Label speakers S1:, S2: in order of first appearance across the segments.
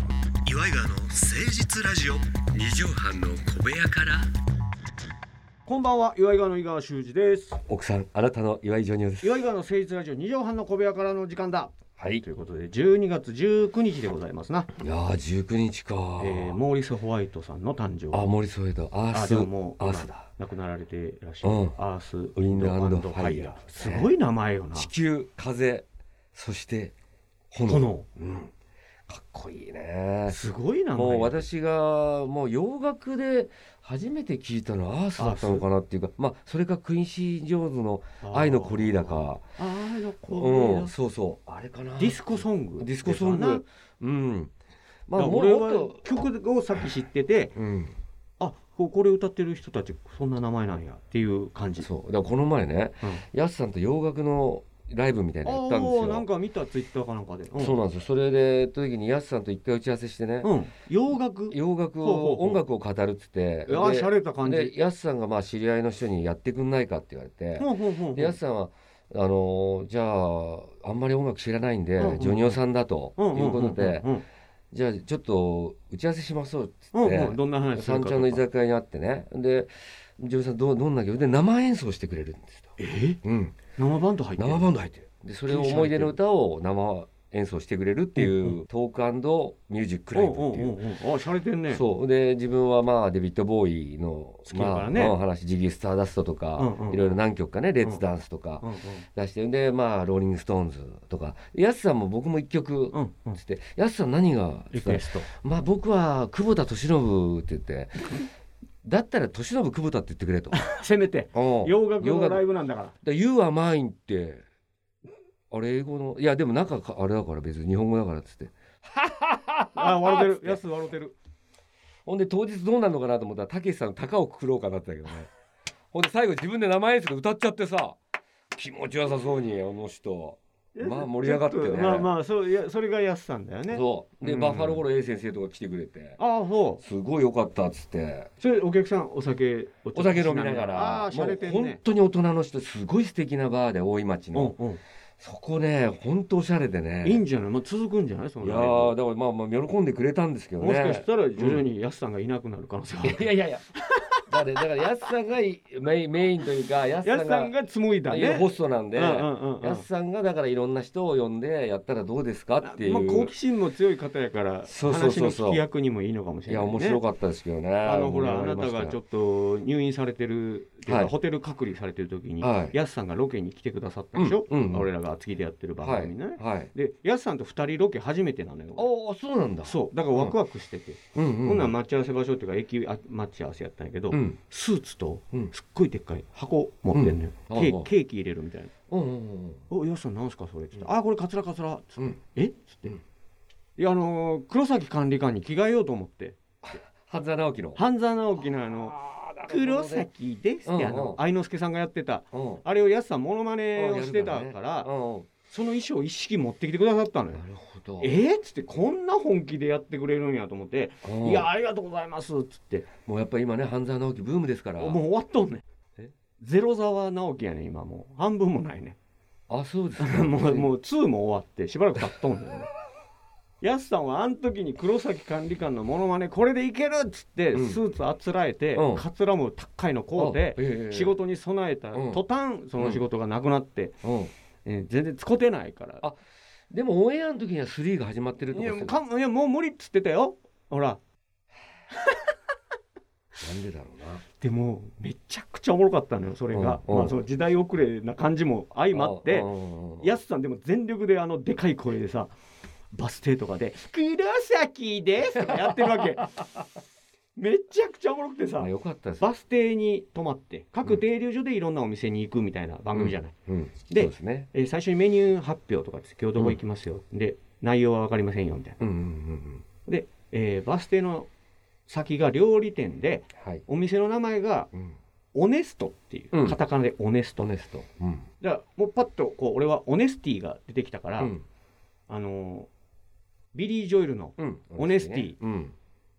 S1: イガーの誠実ラジオ
S2: 二畳半の小部屋から
S3: こんばんは、岩井川の井川修司です。
S2: 奥さんあなたの岩井ジョニオです
S3: 岩井川の誠実ラジオ二畳半の小部屋からの時間だ。
S2: はいい
S3: ということで、12月19日でございますな。
S2: やー19日か、
S3: えー、モーリス・ホワイトさんの誕生。
S2: あ森添だアー
S3: あ
S2: ス
S3: でももう
S2: アースだ
S3: 亡くなられていらっしゃる、
S2: うん
S3: アース・ウ
S2: ィンドアンド
S3: ファイヤ
S2: ファイヤ
S3: ー。
S2: ー
S3: すごい名前よな。
S2: 地球風そして炎
S3: 炎。
S2: うん、かっこいいね
S3: すごい名前。
S2: もう私がもう洋楽で初めて聞いたのはアースだったのかなっていうかまあそれかクインシー・ジョーンズの「愛のコリーダ」か
S3: あー。愛のコリ
S2: う
S3: ー
S2: んそうそうあれかな
S3: ダ。ディスコソング。
S2: ディスコソン
S3: ですわな
S2: グ。うんま
S3: ま
S2: あ
S3: あ、
S2: も
S3: 俺
S2: っ
S3: は
S2: と
S3: 曲をさっき知ってて、
S2: うん
S3: あ、ここれ歌ってる人たちそんな名前なんやっていう感じ。
S2: そうだからこの前ね
S3: うん
S2: やすさんと洋楽のライブみたいなのやったんです
S3: あ
S2: よ
S3: ーなんか見たツイッターかなんかで。うん
S2: そうなんですよそれで行った時にやすさんと一回打ち合わせしてね、
S3: うん、洋楽
S2: 洋楽
S3: ほうほう
S2: を
S3: ほう
S2: 音楽を語るっつって
S3: ああ
S2: で
S3: しゃれた感
S2: で
S3: じ
S2: やすさんがまあ知り合いの人にやってくんないかって言われて、
S3: ほうほうほうほう
S2: でやすさんはあのーじゃああんまり音楽知らないんで、
S3: うんうん
S2: ジョニオさんだという
S3: うんうんうん
S2: ことで、
S3: うん
S2: じゃあちょっと打ち合わせしましょうっつ
S3: うん
S2: っ
S3: う
S2: て、
S3: んうんどんな話する
S2: 三
S3: か
S2: 茶
S3: と
S2: の
S3: か
S2: 居酒屋にあってねでジョニオさんどうどんな曲で生演奏してくれるんですと、
S3: え
S2: うん、
S3: 生バンド入ってる
S2: 生バンド入ってるでそれを思い出の歌を生演奏してくれるっていう、
S3: うん
S2: トークミュージックライブっていう。
S3: うんうんうんうんあしゃれてんね
S2: そうで自分はまあデビッド・ボーイの
S3: きだからね
S2: まあお話ジギー・スターダストとか、
S3: うんうん
S2: いろいろ何曲かねレッツ・ダンスとか
S3: うんうん
S2: 出してるんで、まあローリング・ストーンズとかヤスさんも僕も一曲
S3: うんうん
S2: つってヤスさん何が
S3: リクエスト
S2: まあ僕は久保田利伸って言ってだったら利伸久保田って言ってくれ と
S3: せめて
S2: うん
S3: 洋楽のライ
S2: だ
S3: ブなんだか
S2: 「
S3: ら
S2: You are mine」ってあれ英語のいやでもなんかかあれだから別に日本語だからっつって
S3: あ笑 ってるやす笑ってる
S2: ほんで当日どうなるのかなと思ったらたけしさんの高をくくろうかなってたけどね ほんで最後自分で名前演奏で歌っちゃってさ気持ちよさそうにあの人まあ盛り上がってね
S3: ちょとまあまあそういやそれがやすさんだよね
S2: そうで、
S3: うん
S2: バッファローホロ A 先生とか来てくれて
S3: ああそ
S2: すごいよかったっつって
S3: うそれお客さんお酒お
S2: お酒飲みながら
S3: ああしゃれて
S2: も
S3: ん
S2: う本
S3: ね
S2: 当に大人の人すごい素敵なバーで大井町の、
S3: うんうん
S2: そこね本当おしゃれでね
S3: いいんじゃないもう続くんじゃないその
S2: いや
S3: ライブ
S2: ーだからまあまあ喜んでくれたんですけどね
S3: もしかしたら徐々にやすさんがいなくなる可能性がある
S2: いやいやいや。だからだからやすさんがいメインメインというかやす
S3: や
S2: さ
S3: す
S2: ん
S3: さん
S2: が
S3: が紡いだ
S2: いや
S3: ね。
S2: ホストなんで。
S3: うんうんうんうん
S2: やすさんがだからいろんな人を呼んでやったらどうですかっていう、
S3: まあ、好奇心の強い方やから
S2: そうそう
S3: 話
S2: そう
S3: の
S2: そう
S3: 聞き役にもいいのかもし
S2: い
S3: れな
S2: や
S3: い、ね。
S2: 面白かったですけどね
S3: あのほらあなたがちょ
S2: っ
S3: っと入院されてるっていうか、
S2: はい
S3: ホテル隔離されてる時に、
S2: はい
S3: やすさんがロケに来てくださったでしょ、
S2: うんうんうん
S3: 俺らが厚木でやってる番組ね、
S2: はい、はい、
S3: でやすさんと2人ロケ初めてなの
S2: あ
S3: よ
S2: あそうなんだ
S3: そうだからワクワクしてて、
S2: う、うんうん、
S3: ほんなら待ち合わせ場所っていうか駅あ待ち合わせやったんやけど、
S2: うん
S3: スーツと
S2: うん
S3: すっごいでっかい箱持ってんのよ、
S2: うん
S3: ケ
S2: ああ
S3: ーケーキ入れるみたいな
S2: うんうん
S3: 「およしさんなんすかそれ」っつって「あこれカツラカツラ」っつって
S2: うんうん
S3: 「えっ?」つって「
S2: うん
S3: いやあのー黒崎管理官に着替えようと思って
S2: 半沢直樹の
S3: 半沢直樹のあの
S2: あーなるほどね
S3: 「黒崎です」ってあ
S2: うんう
S3: の
S2: ん
S3: 愛之助さんがやってた
S2: うん
S3: あれをやすさんモノマネ
S2: う
S3: を
S2: ん
S3: してた
S2: やる
S3: から
S2: ねうんうん
S3: その衣装一式持ってきてくださったのよ
S2: な。るほど
S3: えっ、っつってこんな本気でやってくれるんやと思って「
S2: うん
S3: いやありがとうございます」っつって
S2: もうやっぱ今ね半沢直樹ブームですから
S3: もう終わっとんねん
S2: え
S3: ゼロ沢直樹やねん今もう半分もないねん
S2: あそうですか
S3: もうもう2も終わってしばらく経っとんだ よね。やすさんはあの時に黒崎管理官のモノマネこれでいけるっつって
S2: うん
S3: スーツあつらえて、
S2: うん
S3: カツラも高いのこうで
S2: あええ
S3: 仕事に備えた
S2: うん
S3: 途端その仕事がなくなって、
S2: うん
S3: えー全然つこてないから
S2: あでもオンエアの時には3が始まってると
S3: い
S2: か
S3: や
S2: して
S3: かいやもう無理っつってたよほら
S2: なんでだろうな
S3: でもめちゃくちゃおもろかったのよそれが、
S2: うんうん
S3: まあ、その時代遅れな感じも相まって
S2: うんうんうん
S3: やすさんでも全力であのでかい声でさバス停とかで「黒崎です」とかやってるわ けめちゃくちゃおもろくてさ
S2: あよかったです
S3: バス停に泊まって各停留所でいろんなお店に行くみたいな番組じゃない、
S2: うん、
S3: で
S2: そうですね
S3: えー最初にメニュー発表とかです今日どこ行きますよ、で内容は分かりませんよみたいな
S2: うんうんうん
S3: で、えーバス停の先が料理店で
S2: うんはい、
S3: お店の名前が
S2: うん、
S3: オネストっていう、
S2: うん
S3: カタカナでオネスト
S2: オ
S3: ね
S2: ネスト、うん
S3: だからもうパッとこう俺はオネスティが出てきたから、
S2: うん
S3: あのービリー・ジョイルの
S2: うん、
S3: オネスティ
S2: ねうん、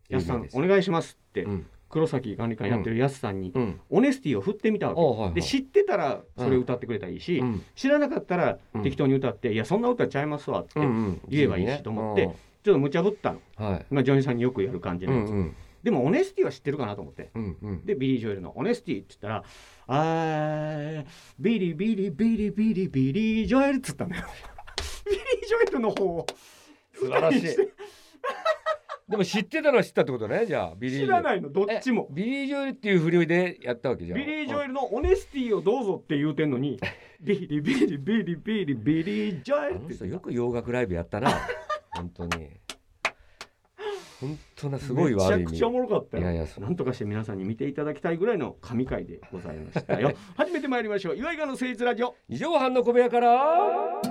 S3: やすさ
S2: いい
S3: ん
S2: です
S3: お願いしますって、
S2: うん
S3: 黒崎管理官やってるやすさんに、
S2: うん
S3: オネスティを振ってみた
S2: あ
S3: わけ、
S2: はいはい
S3: で知ってたらそれ歌ってくれたらいいし、
S2: うん
S3: 知らなかったら
S2: うん
S3: 適当に歌って「いやそんな歌ちゃいますわ」って、
S2: うんうん
S3: 言えばいいしと思って
S2: うん
S3: ちょっと無茶ぶったの、
S2: はい
S3: まあ、ジョニーさんによくやる感じ
S2: う
S3: のや
S2: ん
S3: つ、
S2: うん
S3: でもオネスティは知ってるかなと思って
S2: うんうん
S3: でビリー・ジョエルの「オネスティ」って言ったら「あービリビリビリビリビリー・ジョエル」っつったんだよ ビリー・ジョエルの方を
S2: 素晴らしい でも知ってたのは知ったってことねじゃあビリー・
S3: 知ら
S2: い
S3: ないのどっちも
S2: ビリー・ジョエルっていう振りでやったわけじゃん
S3: ビリー・ジョエ
S2: ル
S3: ルの「オネスティ」をどうぞって言うてんのにビリビリビリビリビリー・ジョエ
S2: あ
S3: ルっ
S2: の
S3: て
S2: 人
S3: 言
S2: よ
S3: って
S2: く洋楽ライブや ったな本当に本当なすごいわ
S3: めち
S2: ある
S3: ゃ
S2: 意
S3: く
S2: 味
S3: ちゃおもろかったよ
S2: いやいやそう
S3: なんとかして皆さんに見ていただきたいぐらいの神回でございましたよ初めて参りましょう岩井川の誠実ラジオ
S2: 二畳半の小部屋から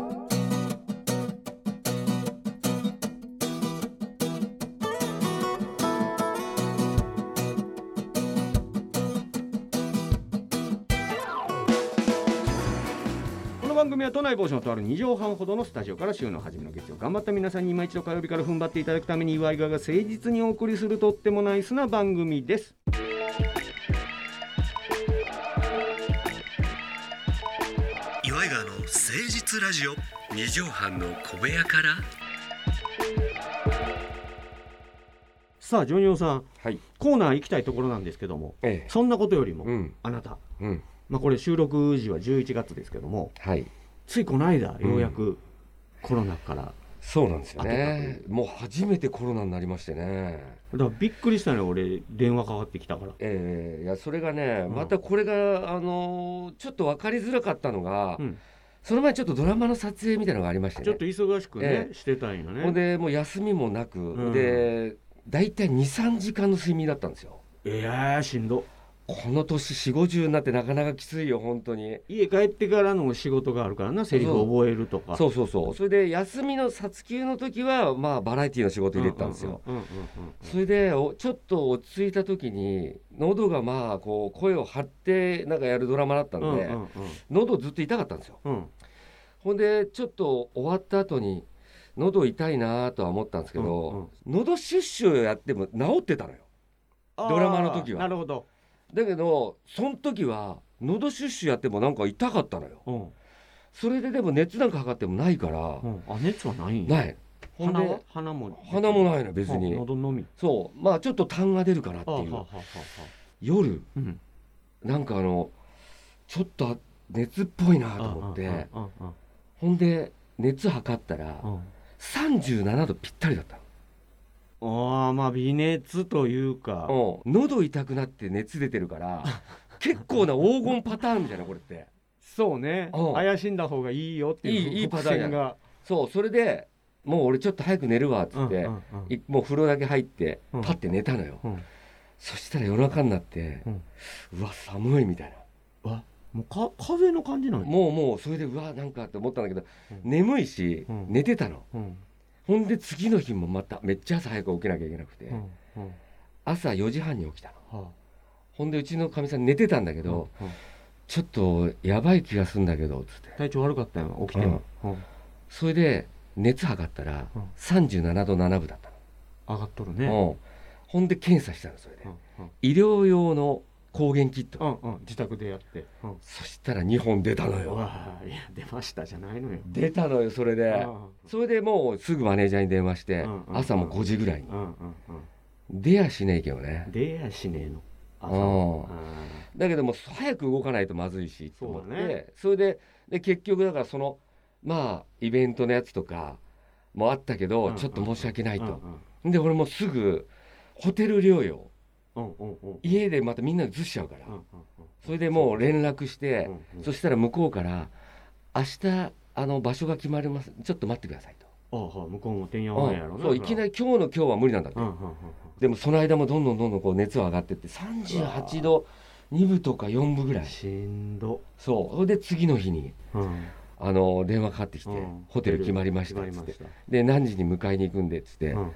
S3: この番組は都内某所のとある2畳半ほどのスタジオから週の初めの月曜頑張った皆さんに今一度火曜日から踏ん張っていただくために岩井川が誠実にお送りするとってもナイスな番組です
S1: 岩井川の誠実ラジオ
S2: 二畳半の小部屋から
S3: さあジョニオさん
S2: はい
S3: コーナー行きたいところなんですけども
S2: ええ
S3: そんなことよりも、
S2: うん
S3: あなた、
S2: うん
S3: まあ、これ収録時は11月ですけども
S2: はい
S3: ついこの間ようやくコロナから、だ
S2: そうなんですよ
S3: あ
S2: ねもう初めてコロナになりましてね
S3: からびっくりしたのよ俺電話かかってきたから
S2: ええいやそれがね
S3: うん
S2: またこれが、あのーちょっと分かりづらかったのが、
S3: うん
S2: その前ちょっとドラマの撮影みたいなのがありましてね
S3: ちょっと忙しくね、
S2: ええ
S3: してたんよ
S2: ほん
S3: ね
S2: でもう休みもなく、
S3: うん
S2: で大体23時間の睡眠だったんですよ
S3: いやーしんど
S2: この年4 5 0になってなかなかきついよ本当に
S3: 家帰ってからの仕事があるからなセリフ覚えるとか
S2: そうそうそうそれで休みの撮休の時はまあバラエティの仕事入れてたんですよ、
S3: ううんうん
S2: それでおちょっと落ち着いた時に喉がまあこう声を張ってなんかやるドラマだったんで、
S3: うんうんうんうん
S2: 喉ずっと痛かったんですよ
S3: うんうん
S2: ほんでちょっと終わった後に喉痛いなとは思ったんですけど、
S3: うんうん
S2: 喉シュッシュやっても治ってたのよ
S3: あー
S2: ドラマの時は
S3: なるほど、
S2: だけどその時は喉シュッシュやってもなんか痛かったのよ
S3: うん
S2: それででも熱なんか測ってもないから、
S3: うん、あ熱はないんや
S2: ないほん
S3: 鼻は
S2: で
S3: 鼻も
S2: 鼻もないの別
S3: あ
S2: に
S3: 喉のみ
S2: そうまあちょっと痰が出るかなって
S3: あは
S2: いう
S3: はははは
S2: 夜
S3: うん
S2: なんかあのちょっと熱っぽいなと思って
S3: うんうん
S2: ほんで熱測ったら
S3: うんうん
S2: 37度ぴったりだった
S3: ああまあ微熱というか、
S2: のうん喉痛くなって熱出てるから 結構な黄金パターンみたいなこれって
S3: そうね、
S2: うん
S3: 怪しんだ方がいいよっていう
S2: いいいいパ
S3: 伏
S2: ターン
S3: 線が
S2: そうそれでもう俺ちょっと早く寝るわっつって、
S3: うんうんうん
S2: いもう風呂だけ入って
S3: うん
S2: パッて寝たのよ、
S3: うん
S2: そしたら夜中になって、
S3: うん
S2: うわ寒いみたい
S3: もうか風邪の感じな
S2: な
S3: の、
S2: もうもうそれでうわなんかって思ったんだけど、
S3: うん
S2: 眠いし、
S3: うん
S2: 寝てたの
S3: うん
S2: ほんで次の日もまためっちゃ朝早く起きなきゃいけなくて、
S3: うんうん
S2: 朝4時半に起きたの
S3: は
S2: ほんでうちのかみさん寝てたんだけ
S3: あ
S2: ど、
S3: うんうん
S2: ちょっとやばい気がするんだけどつって
S3: 体調悪かったよ起きても、うん
S2: それで熱測ったら
S3: うん
S2: 37度7分だった
S3: 上がっとるね、
S2: の、うんほんで検査したのそれで、
S3: うんうん
S2: 医療用の抗原キット、
S3: うんうん、自宅でやって、うん、
S2: そしたら2本出たの
S3: う
S2: よ
S3: わあいや出ましたじゃないのよ
S2: 出たのよそれで
S3: うん
S2: それでもうすぐマネージャーに電話して、
S3: うんうん
S2: 朝も5時ぐらいに
S3: うんうん
S2: 出やしねえけど
S3: う
S2: ね
S3: ん出やしねえの朝
S2: うん
S3: うん
S2: だけどもう早く動かないとまずいしと思って
S3: そ
S2: そ,、
S3: うだね
S2: れでで結局だからそのまあイベントのやつとかもあったけど、
S3: うんうん
S2: ちょっと申し訳ないと、
S3: うん
S2: で俺もうすぐホテル療養
S3: うんうんうんうん
S2: 家でまたみんな移しちゃうから、
S3: うんうんうん
S2: それでもう連絡して、
S3: うんうん
S2: そしたら向こうから「明日あの場所が決まりますちょっと待ってください」と。
S3: ああ向こうもてんやわんやろ
S2: うん
S3: な
S2: そういきな
S3: り
S2: り今日の今日は無理なんだって、
S3: うんうんうんうん
S2: でもその間もどんどんどんどんこう熱は上がってって38度2分とか4分ぐらい
S3: しんど
S2: そうそれで次の日に
S3: うん
S2: あの電話かかってきて、
S3: うん
S2: ホテル決まりました」っ
S3: 決
S2: つ
S3: ま
S2: っ
S3: り
S2: て
S3: まし
S2: で何時に迎えに行くんでっつって、
S3: たうん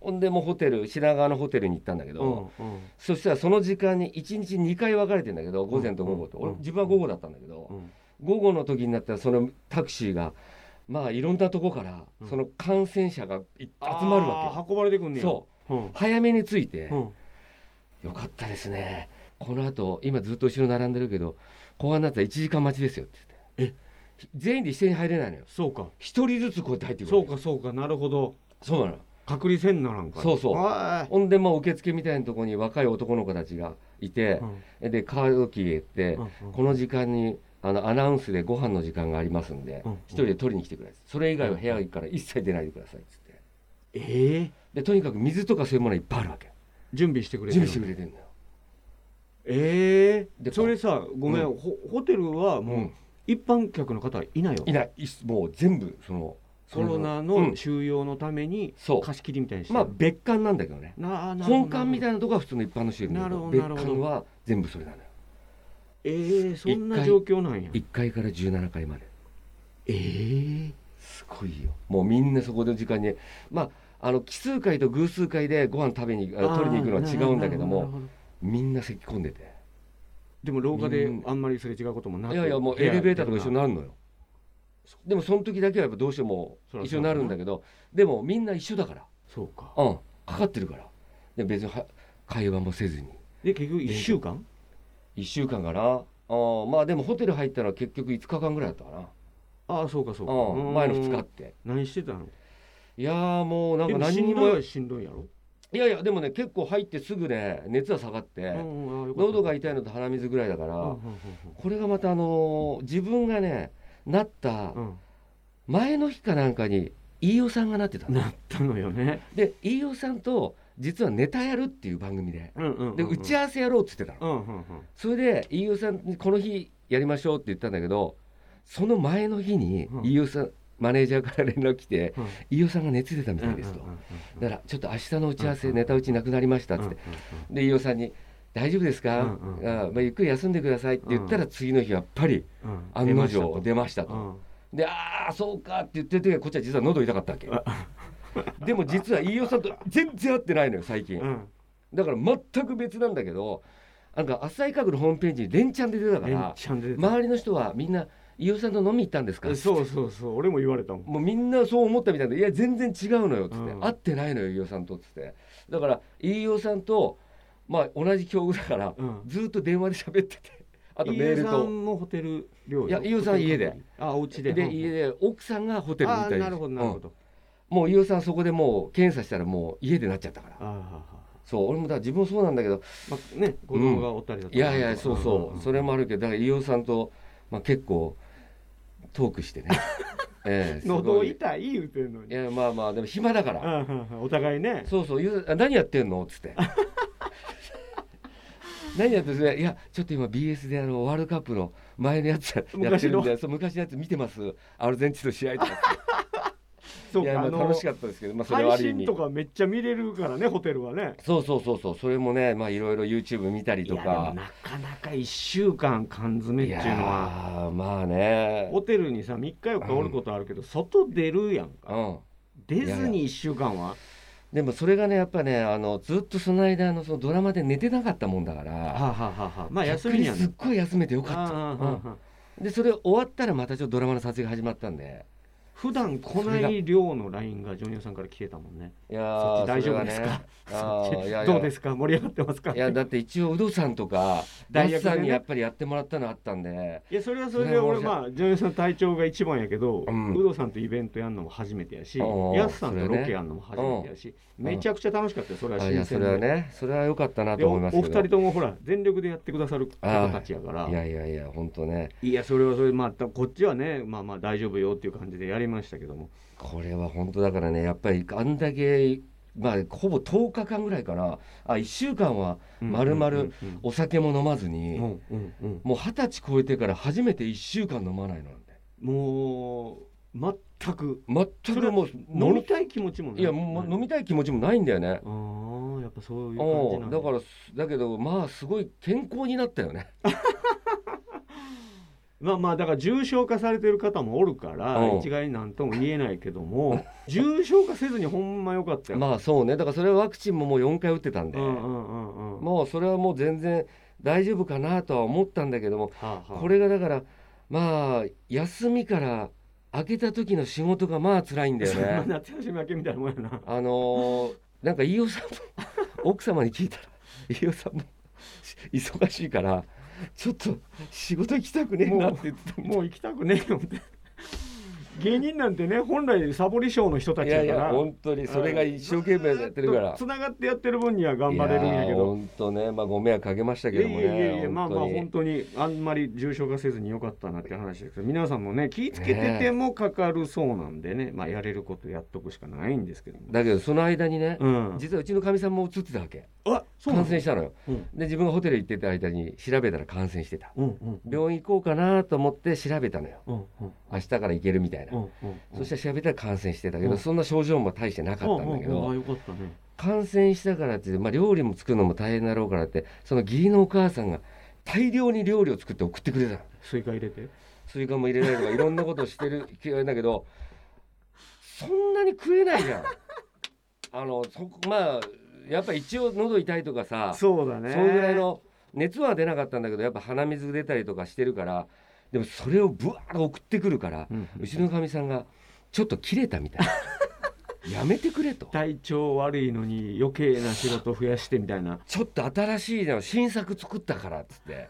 S2: ほんでもうホテル品川のホテルに行ったんだけど、
S3: うんうん
S2: そしたらその時間に1日2回分かれてんだけど午前と午後と、
S3: うんうん
S2: 俺自分は午後だったんだけど、
S3: うん
S2: 午後の時になったらそのタクシーがまあいろんなとこから
S3: うん
S2: その感染者がい集まるわけ
S3: あ
S2: よ、
S3: ー運ばれてくんねや
S2: そう
S3: う、うん
S2: 早めに着いて、
S3: うん、
S2: よかったですねこの後今ずっと後ろ並んでるけど後半になったら1時間待ちですよって言って全員で一斉に入れないのよ
S3: そうか
S2: 一人ずつこうやって入ってくる
S3: そうかそうかなるほど
S2: そうなの
S3: 隔離せんならんから
S2: そうそう
S3: は
S2: ほんでまあ受付みたいなところに若い男の子たちがい
S3: い
S2: て
S3: う、ん
S2: でカードキーって、
S3: うん
S2: この時間にあのアナウンスでご飯の時間がありますんで、
S3: うん
S2: 一人で取りに来てくださいそれ以外は部屋から一切出ないでくださいっつって
S3: ええ
S2: でとにかく水とかそういうものはいっぱいあるわけ
S3: 準備してくれて
S2: 準
S3: る
S2: 備してくれてんのよ
S3: ええ
S2: で
S3: それさごめん、
S2: う
S3: ホホテルはもう、
S2: うん
S3: 一般客の方はいないよ
S2: いないいもう全部その
S3: コロナ
S2: う
S3: の
S2: ん
S3: 収容のために
S2: そう
S3: 貸し切りみたいにして
S2: まあ別館なんだけどね
S3: ななるほど
S2: 本館みたいなとこは普通の一般の収容
S3: な
S2: だけ
S3: る
S2: ど
S3: ほど
S2: 別
S3: なるほど
S2: 館は全部それなのよ
S3: ええそんな
S2: 一回
S3: 状況なんや
S2: 1階から17階まで
S3: ええ
S2: すごいよもうみんなそこの時間にまああの奇数回と偶数回でご飯食べにあ取りに行くのは違うんだけど
S3: あーなるほなる
S2: も
S3: ほど
S2: みんな咳き込んでて
S3: でも廊下で
S2: うん
S3: あんまりすれ違うこともなく
S2: いやいやもうエレベーターとか一緒になるのよでもその時だけはやっぱどうしても
S3: そりゃ
S2: 一緒
S3: そうだな
S2: になるんだけどでもみんな一緒だから
S3: そうか
S2: うんかかってるからで別には会話もせずに
S3: で結局1週間
S2: 1週間かなあーまあでもホテル入ったら結局5日間ぐらいだったかな
S3: ああそうかそうか
S2: う
S3: うんん
S2: 前の2日って
S3: 何してたの
S2: いやーもうなん
S3: で
S2: か
S3: も
S2: 何
S3: 何
S2: に
S3: に
S2: も
S3: も
S2: い
S3: しんどいやろ
S2: やいやでもね結構入ってすぐね熱は下がって、
S3: うんうんあーよかった
S2: 喉が痛いのと鼻水ぐらいだから、
S3: うんうん
S2: これがまたあのー自分がねなった
S3: うんうん
S2: 前の日かなんかに飯尾さんがなってたの
S3: なったのよね
S2: で飯尾さんと実はネタやるっていう番組で
S3: うんうんうん
S2: で打ち合わせやろうっつってたの、
S3: うんうんうん
S2: それで飯尾さんにこの日やりましょうって言ったんだけどその前の日に
S3: うん
S2: 飯尾さん、マネージャーから連絡来て
S3: うん
S2: 飯尾さんが熱出たみたいですと、
S3: うんうんうんうん
S2: だからちょっと明日の打ち合わせ、
S3: うん
S2: ネタ打ちなくなりましたっつって、で飯尾さんに「大丈夫ですか
S3: うんうん
S2: あまあ、ゆっくり休んでください」って言ったら、次の日やっぱり
S3: うんうん
S2: 案の定出ました
S3: う
S2: と。
S3: ん
S2: で「ああそうか」って言っててこっちは実は喉痛かったわけ でも実は飯尾さんと全然会ってないのよ最近
S3: うん
S2: だから全く別なんだけどなんか「浅い家具」のホームページに連チャンで出たか
S3: レン
S2: ら
S3: チャンで出た
S2: 周りの人はみんな「飯尾さんと飲み行ったんですか?」
S3: そうそうそう俺も言われたもん
S2: もうみんなそう思ったみたいで「いや全然違うのよ」っつって、
S3: うん
S2: 会ってないのよ飯尾さんと」っつってだから飯尾さんとまあ同じ境遇だから、
S3: うん
S2: ずっと電話で喋って てあとメール
S3: 飯尾さ
S2: と。
S3: んもホテル料理
S2: いや飯尾さん家で
S3: あお家で
S2: で家で奥さんがホテルにい
S3: あ
S2: た
S3: ー
S2: り
S3: なるほどなる
S2: う
S3: ほ
S2: ん
S3: ど
S2: もう飯尾さんそこでもう検査したらもう家でなっちゃったから
S3: あーはーはーは
S2: そう俺もだから自分もそうなんだけど
S3: ーまあね子供がおったりだと
S2: い
S3: か
S2: やいやそうそうそれもあるけどだから飯尾さんと、まあ、結構トーク してねええすご
S3: 喉
S2: いい
S3: 痛い言うてんのに
S2: やまあまあでも暇だか
S3: あ
S2: ら
S3: ーはーはーお互いね
S2: そうそう飯尾さんあ何やってんのっつって 何やってるんですかいやちょっと今 BS であのワールドカップの前のやつやって
S3: 昔
S2: る
S3: の
S2: んでそう昔のやつ見てますアルゼンチンの試合とか
S3: そう
S2: いや
S3: か
S2: ま
S3: あ
S2: あ
S3: の
S2: 楽しかったですけど、まあ、それはあ
S3: 配
S2: る意味
S3: 信とかめっちゃ見れるからねホテルはね
S2: そうそうそうそうそれもねまあいろいろ YouTube 見たりと
S3: いやで
S2: か
S3: もなかなか1週間缶詰っていうのは
S2: やーまあね
S3: ホテルにさ3日4日おることあるけど外出るやんか
S2: うん
S3: 出ずに1週間は
S2: でもそれがねやっぱねあのずっとその間あのそのドラマで寝てなかったもんだか
S3: は
S2: ら
S3: あはあはあはあまあ休みには
S2: 逆すっ
S3: ね
S2: ごい休めてよ
S3: あ
S2: か
S3: ーは
S2: った
S3: あはあはあ
S2: うんでそれ終わったらまたちょっとドラマの撮影が始まったんで
S3: 普段来ない量の LINE がジョニオさんから来てたもんね。
S2: いや
S3: そっ
S2: ー
S3: ち大丈
S2: それ
S3: 夫
S2: は
S3: ですか
S2: ね、あ
S3: そっ
S2: ー
S3: ち
S2: いやいや
S3: どうですか盛り上がってますか
S2: いやだって一応ウドさんと かダ
S3: 代
S2: ッ
S3: 役でね
S2: さんにやっぱりやってもらったのあったんで
S3: いやそれはそれで俺
S2: それは
S3: まあジョニオさん体調が一番やけど、
S2: うん
S3: ウドさんとイベントやんのも初めてやし
S2: うん
S3: ヤスさんとロケやんのも初めてやし、
S2: うん
S3: めちゃくちゃ楽しかったよそれは
S2: あい
S3: 新
S2: やそ
S3: 鮮
S2: れは
S3: で
S2: ねそれは良かったな
S3: で
S2: と
S3: おお
S2: 思います
S3: 二
S2: けど
S3: 人ともほら全力でやってくださる方たちやから
S2: いやいやいや本当ね
S3: いやそれはそれまあたこっちはねまあまあ大丈夫よっていう感じでやりましたけども
S2: これは本当だからねやっぱりあんだけまあほぼ10日間ぐらいかなあ1週間はまるまるお酒も飲まずに、
S3: うんうんうん
S2: もう二十歳超えてから初めて1週間飲まないのなんて
S3: もう全く
S2: 全くもう
S3: 飲みたい気持ちも
S2: いやもう飲み
S3: たい
S2: たい気持ちもないんだよね
S3: あーやっぱそういう感じ
S2: お
S3: なん
S2: だからすだけどまあすごい健康になったよね
S3: まあまあだから重症化されてる方もおるから
S2: うん
S3: 一概になんとも言えないけども重症化せずにほんまよかったよ、
S2: まあそうねだからそれはワクチンももう4回打ってたんで、
S3: うんうんうんうん
S2: もうそれはもう全然大丈夫かなとは思ったんだけども
S3: はあはあ
S2: これがだからまあ休みから開けた時の仕事がまあ辛いんだよ
S3: そんな
S2: ね。
S3: 夏休み明けみたいなもんやな
S2: あのーなんか飯尾さ んも奥様に聞いたら飯尾さんもし忙しいからちょっと仕事行きたくねえなって言ってた
S3: もう行きたくねえよって芸人なんてね本来サボり症の人た
S2: い
S3: ちだ
S2: や
S3: か
S2: いや
S3: ら
S2: 本当にそれが一生懸命やってるから
S3: つながってやってる分には頑張れるんやけど
S2: 本当ねまあご迷惑かけました
S3: い
S2: け
S3: や
S2: ど
S3: い
S2: も
S3: や
S2: ね
S3: いやいやまあまあ
S2: 本当に
S3: 本当にあんまり重症化せずによかったなって話ですけど皆さんもね気ぃつけててもかかるそうなんでねまあやれることやっとくしかないんですけども
S2: だけどその間にね、
S3: うん
S2: 実はうちのかみさんもうつってたわけ
S3: あそうな
S2: 感
S3: ん
S2: 染したのよ
S3: うん
S2: で自分がホテル行ってた間に調べたら感染してた
S3: うんうんうん
S2: 病院行こうかなと思って調べたのよ
S3: うんうん
S2: 明日から行けるみたいな、
S3: うんうん
S2: そしたら調べたら感染してたけど、
S3: うん
S2: そんな症状も大してなかったんだけど、
S3: うんうんうんあよかったね
S2: 感染したからって、まあ、料理も作るのも大変だろうからってその義理のお母さんが大量に料理を作って送ってくれたの
S3: スイカ入れて
S2: スイカも入れないとかいろんなことして る嫌いだけどそんなに食えないじゃ んあのそまあやっぱ一応喉痛いとかさそ
S3: そうだね
S2: のぐらいの熱は出なかったんだけどやっぱ鼻水出たりとかしてるからでもそれをぶわーっと送ってくるから、
S3: うん
S2: うちのかみさんがちょっと切れたみたい なやめてくれと
S3: 体調悪いのに余計な仕事増やしてみたいな
S2: ちょっと新しいの新作作ったからっつって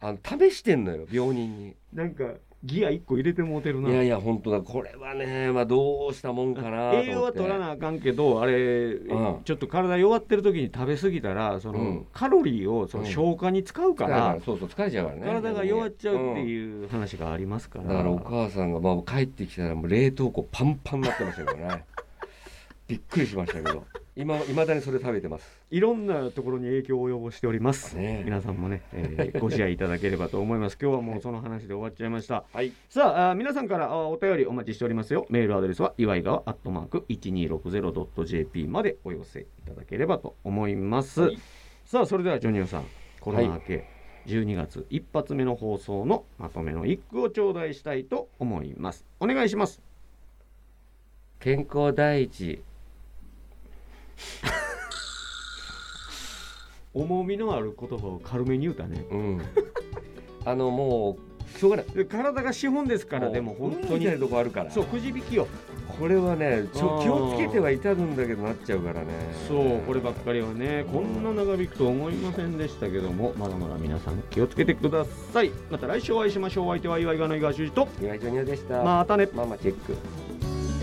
S2: あの試してんのよ病人に。
S3: なんかギア一個入れてもうてるない
S2: やいや本当だこれはね、まあ、どうしたもんかなと思って
S3: 栄養は取らなあかんけどあれ、
S2: ん
S3: ちょっと体弱ってる時に食べ過ぎたらその、
S2: うん
S3: カロリーをその
S2: うん
S3: 消化に使うか、
S2: だかららそうそう疲れちゃうからね
S3: 体が弱っちゃうって
S2: う、
S3: いう話がありますから、
S2: んだからお母さんが、まあ、帰ってきたらもう冷凍庫パンパンになってましたけどね びっくりしましたけど今いまだにそれ食べてます
S3: いろんなところに影響を及ぼしております、
S2: ねえ
S3: 皆さんもね、え ーご自愛いただければと思います今日はもうその話で終わっちゃいました
S2: はい
S3: さああー皆さんからあーお便りお待ちしておりますよメールアドレスは祝いがわアットマーク 1260.jp までお寄せいただければと思います、
S2: はい
S3: さあそれではジョニオさんコロナ明け、12月一発目の放送のまとめの一句を頂戴したいと思いますお願いします
S2: 健康第一
S3: 重みのある言葉を軽めに言うたね
S2: うんあのもうしょうがない
S3: で体が資本ですから
S2: もう
S3: でも本
S2: 運
S3: 当
S2: み
S3: に
S2: たいなとこあるから
S3: そうくじ引きよ
S2: これはねちょ
S3: あー
S2: 気をつけてはいたんだけどなっちゃうからね
S3: そうこればっかりはねこんな長引くと思いませんでしたけどもまだまだ皆さん気をつけてくださいまた来週お会いしましょうお相手は岩井川の井川修司と
S2: 岩井ジョニオでした、
S3: またね
S2: ママチェック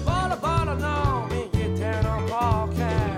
S4: Bora, bora, não me get down on podcast.